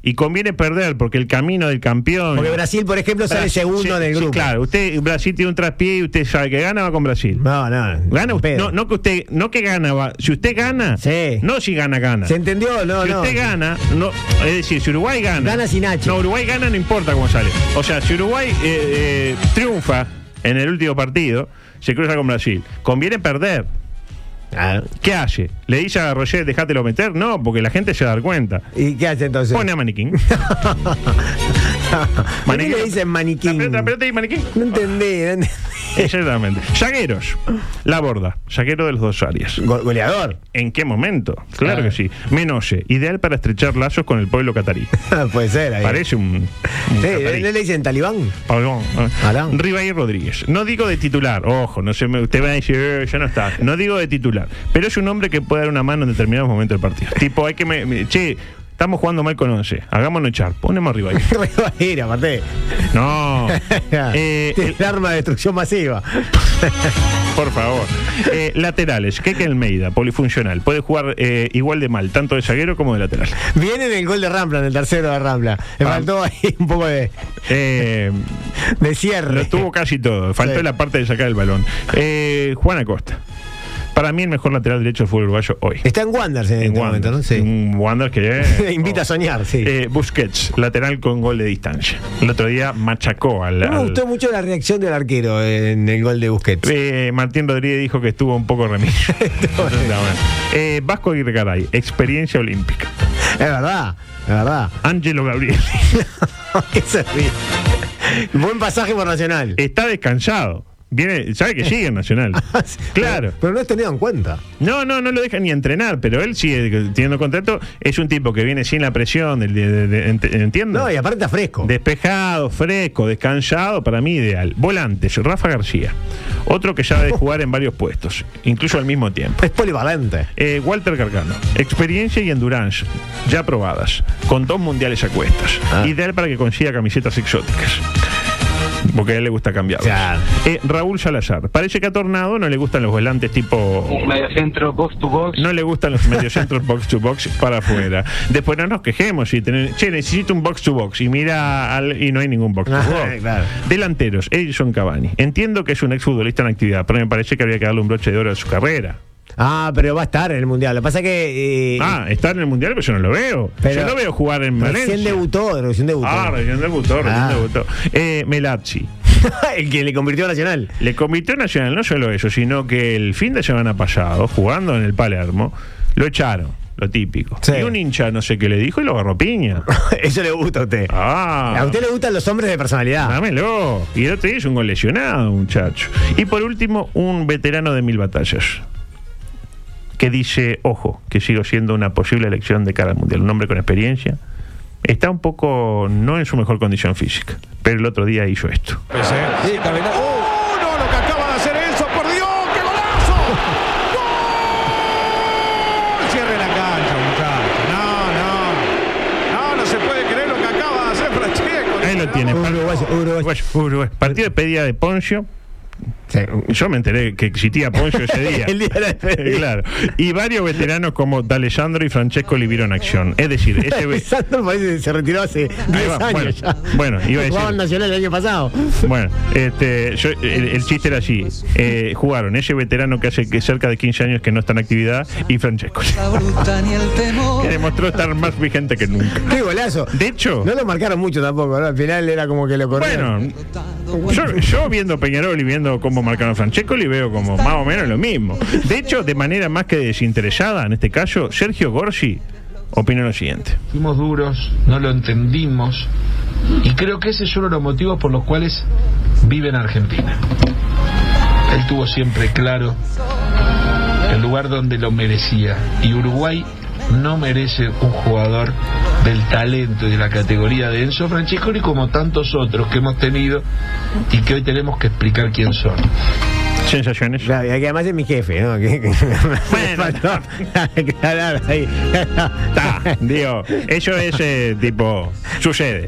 Y conviene perder porque el camino del campeón. Porque Brasil, por ejemplo, sale Brasil- segundo sí, del sí, grupo. claro, usted, Brasil tiene un traspié y usted sabe que gana va con Brasil. No, no. Gana usted, Pedro. no, no que usted, no que gana, va. si usted gana, Sí. no si gana, gana. ¿Se entendió? No, si no. usted gana, no, es decir, si Uruguay gana. Gana sin H. No, Uruguay gana, no importa cómo sale. O sea, si Uruguay eh, eh, triunfa en el último partido, se cruza con Brasil. Conviene perder. Ah, ¿Qué hace? ¿Le dice a Roger, dejátelo meter? No, porque la gente se va a dar cuenta. ¿Y qué hace entonces? Pone a <laughs> maniquín. ¿Por qué le dicen La maniquín? pelota, la pelota No y maniquín. entendí. no entendí. Exactamente. Zagueros. La borda. Zaguero de los dos áreas. Go- Goleador. ¿En qué momento? Claro Ah. que sí. Menose, ideal para estrechar lazos con el pueblo catarí. Ah, Puede ser. ahí. Parece un. un Sí, catarí. ¿no le dicen talibán? <laughs> Perdón. Alá. Ribeiro Rodríguez. No digo de titular, ojo, no se me, usted va a decir, "Eh, ya no está. No digo de titular, pero es un hombre que puede dar una mano en determinados momentos del <laughs> partido. Tipo, hay que. Me, me- che, estamos jugando mal con 11, hagámonos echar, ponemos a <laughs> Ribeiro. Ribaíra, aparte. <laughs> No. Oh. Eh, Tiene el- el arma de destrucción masiva. Por favor. Eh, laterales. Keke Almeida, polifuncional. Puede jugar eh, igual de mal, tanto de zaguero como de lateral. Viene en el gol de Rampla, en el tercero de Rampla. Le Ah. faltó ahí un poco de, Eh, de cierre. lo tuvo casi todo. Faltó Sí. la parte de sacar el balón. Eh, Juan Acosta. para mí el mejor lateral derecho del fútbol uruguayo hoy. Está en Wanderers en En este Wander. momento, ¿no? Sí. Un Wander que <laughs> eh, Invita a oh. soñar, sí. Eh, Busquets, lateral con gol de distancia. El otro día machacó al. No me al- gustó mucho la reacción del arquero en el gol de Busquets. Eh, Martín Rodríguez dijo que estuvo un poco <laughs> remillo. Está bueno. Eh, Vasco Aguirre Garay, experiencia olímpica. Es verdad, es verdad. <laughs> Ángelo Gabriel <laughs> Qué se ríe. Buen pasaje por Nacional. está descansado. Viene, sabe que sigue en <laughs> Nacional. Ah, <laughs> Claro. Pero no es tenido en cuenta. No, no, no lo deja ni entrenar, pero él sigue teniendo contrato. Es un tipo que viene sin la presión, del- de- de- de- ent- ¿entiendes? No, y aparte está fresco. Despejado, fresco, descansado, para mí ideal. Volantes, Rafa García. Otro que <laughs> sabe jugar en varios puestos, incluso al mismo tiempo. Es polivalente. Eh, Walter Gargano, experiencia y endurance ya probadas, con dos mundiales a cuestas. Ah. Ideal para que consiga camisetas exóticas. Porque a él le gusta cambiar. Eh, Claro. Raúl Salazar, parece que a Tornado no le gustan los volantes tipo. Mediocentro, box to box. No le gustan los mediocentros box to box para afuera. Después no nos quejemos y tener, che, necesito un box to box y mira al- y no hay ningún box to Ah, box. <laughs> claro. Delanteros, Edison Cavani. Entiendo que es un exfutbolista en actividad, pero me parece que habría que darle un broche de oro a su carrera. Ah, pero va a estar en el mundial. Lo que pasa es que. eh, Ah, está en el mundial, pero yo no lo veo. Pero yo no veo jugar en Valencia. Recién debutó, recién debutó. Ah, recién debutó, recién Ah. debutó. Eh, Melazzi. <laughs> el que le convirtió a Nacional. <laughs> Le convirtió en Nacional no solo eso, sino que el fin de semana pasado, jugando en el Palermo, lo echaron, lo típico. Sí. Y un hincha no sé qué le dijo y lo agarró <laughs> piña. Eso le gusta a usted. Ah. A usted le gustan los hombres de personalidad. Dámelo. Y el otro día es un gol lesionado, muchacho. Y por último, un veterano de mil batallas. Que dice, ojo, que sigo siendo una posible elección de cara al mundial. Un hombre con experiencia. Está un poco, no en su mejor condición física. Pero el otro día hizo esto. Ahí lo tiene. Uruguayo, uruguayo. Uruguay, Uruguay. Pues, Partido de pedida de Poncio. Sí. Yo me enteré que existía Poncio ese día. <laughs> El día de la <laughs> despedida. claro. Y varios veteranos como D'Alessandro y Francesco Livieron Acción. Es decir, ese ve- Sandro parece que se retiró hace 10 va, bueno, años ya. bueno, iba a decir- Jugaba en Nacional el año pasado. Bueno, este, yo- el, el chiste era así. Eh, jugaron ese veterano que hace que cerca de 15 años que no está en actividad y Francesco. que demostró estar más vigente que nunca. Qué golazo. De hecho- No lo marcaron mucho tampoco, ¿no? Al final era como que lo corrieron. Bueno, yo, yo viendo Peñarol y viendo cómo marcaron a Francescoli veo como más o menos lo mismo. De hecho, de manera más que desinteresada, en este caso, Sergio Gorsi opina lo siguiente. Fuimos duros, no lo entendimos y creo que ese es uno de los motivos por los cuales vive en Argentina. Él tuvo siempre claro el lugar donde lo merecía y Uruguay no merece un jugador del talento y de la categoría de Enzo Francescoli como tantos otros que hemos tenido y que hoy tenemos que explicar quién son. ¿Sensaciones? Claro, y que además es mi jefe, ¿no? <laughs> Que- que- Bueno. <laughs> Faltó aclarar ahí. <laughs> Ta, Ah, digo, eso es eh, tipo, sucede.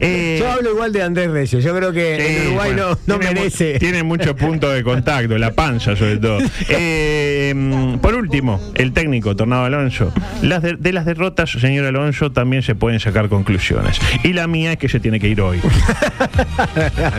Eh, <laughs> yo hablo igual de Andrés Reyes. Yo creo que Sí, en Uruguay bueno, no, no tiene mu- merece. tiene muchos puntos de contacto, la panza sobre <laughs> todo. Eh, mm, por último, el técnico, Tornado Alonso. Las de, de las derrotas, señor Alonso, también se pueden sacar conclusiones. Y la mía es que se tiene que ir <laughs> hoy.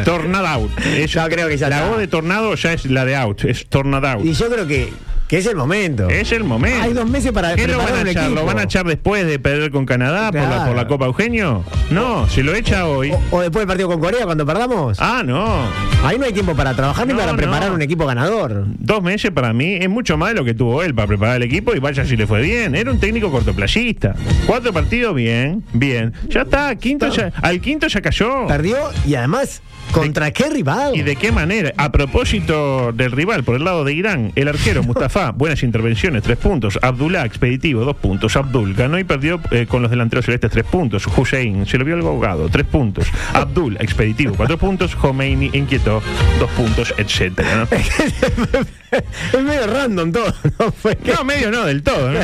tornado out. Es- Yo creo que ya la está. voz de Tornado ya es la de out, es Tornado out. Y yo creo que, que es el momento. Es el momento. Hay dos meses para ¿Qué lo preparar van a un echar? ¿Lo equipo? van a echar después de perder con Canadá por, la, por la Claro. Oh. Copa Eugenio? No, se lo echa hoy. O, o después del partido con Corea cuando perdamos. Ah, no. Ahí no hay tiempo para trabajar ni No, para preparar no. un equipo ganador. Dos meses para mí es mucho más de lo que tuvo él para preparar el equipo y vaya si le fue bien. Era un técnico cortoplacista. Cuatro partidos, bien, bien. Ya está, quinto ya- al quinto ya cayó. Perdió y además, ¿contra qué rival? ¿Y de qué manera? A propósito del rival, por el lado de Irán, el arquero Mustafa, buenas intervenciones, tres puntos. Abdullah, expeditivo, dos puntos. Abdul ganó y perdió eh, con los delanteros celestes, tres puntos. Hussein, se lo vio algo ahogado, tres puntos. Abdul, expeditivo, cuatro puntos. Khomeini, inquietó, dos puntos, etcétera. ¿no? <laughs> es medio random todo. ¿no? Fue que- No, medio no, del todo, <laughs> ¿no?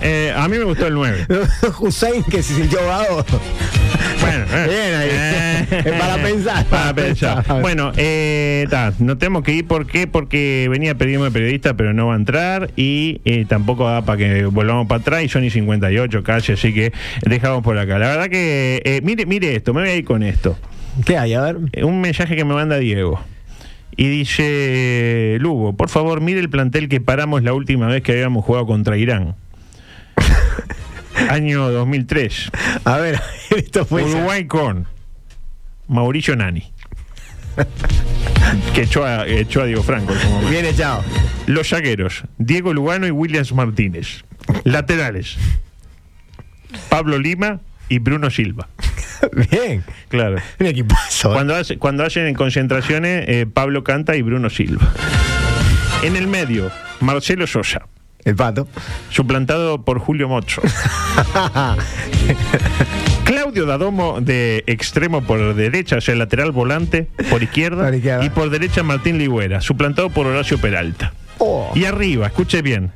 Eh, a mí me gustó el 9. Hussein que se sintió ahogado. Bueno, eh. Bien ahí. <laughs> Para pensar. Para pensar. Bueno, eh, ta, nos tenemos que ir. ¿Por qué? Porque venía a pedirme periodista, pero no va a entrar. Y eh, tampoco da para que volvamos para atrás. Y son y 58 casi, así que dejamos por acá. La verdad que, eh, mire, mire esto, me voy a ir con esto. ¿Qué hay? A ver. Eh, Un mensaje que me manda Diego. Y dice Lugo, por favor, mire el plantel que paramos la última vez que habíamos jugado contra Irán. <laughs> Año 2003. A ver, <laughs> esto fue. Uruguay con Mauricio Nani. que echó a, echó a Diego Franco. en su momento. Bien echado. Los zagueros, Diego Lugano y Williams Martínez. Laterales, Pablo Lima y Bruno Silva. Bien. Claro. Un equipazo. ¿eh? Cuando, hace- cuando hacen en concentraciones, eh, Pablo Canta y Bruno Silva. En el medio, Marcelo Sosa, El pato. suplantado por Julio <laughs> Mocho. Claudio Dadomo de extremo por derecha, o sea, lateral volante por izquierda. Por izquierda. Y por derecha, Martín Ligüera, suplantado por Horacio Peralta. <laughs> Oh, Y arriba, escuche bien,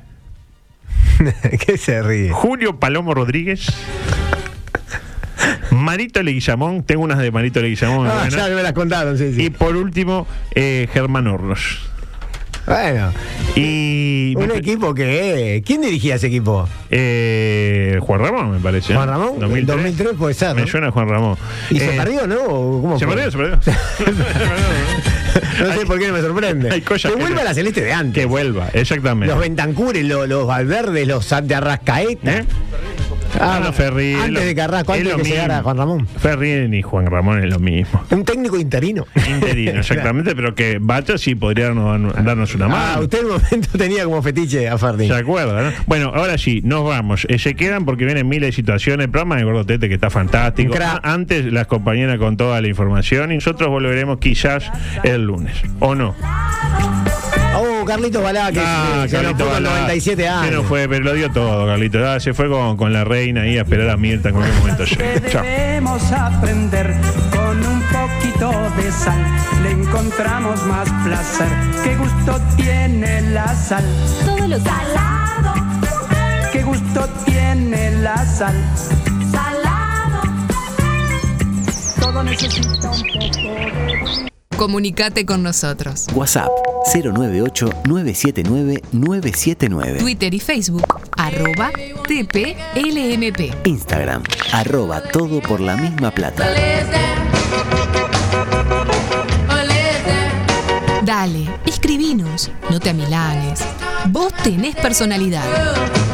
<laughs> que se ríe. Julio Palomo Rodríguez. Marito Leguizamón, tengo unas de Marito Leguizamón. Ah, ¿no? ya me las contaron, sí, sí. Y por último, eh, Germán Hornos. Bueno, Y. un equipo que. eh, ¿Quién dirigía ese equipo? Eh, Juan Ramón, me parece. ¿eh? Juan Ramón. 2003. 2003 puede ser, ¿no? Me suena Juan Ramón. ¿Y Eh, se perdió, no? ¿O ¿Cómo Se fue? perdió, se <laughs> perdió. Se perdió. no sé Hay- por qué no me sorprende. hay cosas que que vuelva no- la celeste de antes. Que vuelva, exactamente. Los Bentancures, los, los Valverdes, los de Arrascaeta. ¿Eh? Ah, no, Ferri, es lo- Antes de Carrasco, es antes de lo que llegara mismo. Juan Ramón. Ferri y Juan Ramón es lo <laughs> mismo. Un técnico interino. <laughs> Interino, exactamente, pero que Bacha sí podría darnos, darnos una mano. Ah, usted en un momento <laughs> tenía como fetiche a Ferdi. ¿Se acuerda? no? Bueno, ahora sí, nos vamos. Eh, se quedan porque vienen miles de situaciones. El programa de Gordotete que está fantástico. Un crack. A- Antes las compañeras con toda la información y nosotros volveremos quizás el lunes. ¿O no? Oh, Carlitos Balá, que Ah, se, se nos Carlito fue con Balá. 97 años. Se nos fue, pero lo dio todo, Carlito. Ah, se fue con, con la reina ahí a esperar a Mirta en cualquier momento. Chao. debemos aprender con un poquito de sal. Le encontramos más placer. Qué gusto tiene la sal. Todo lo salado, Qué gusto tiene la sal. salado. Todo necesita un poco de Comunicate con nosotros. WhatsApp 098-979-979. Twitter y Facebook, arroba TPLMP. Instagram, arroba todo por la misma plata. Dale, escribinos, no te amilanes. Vos tenés personalidad.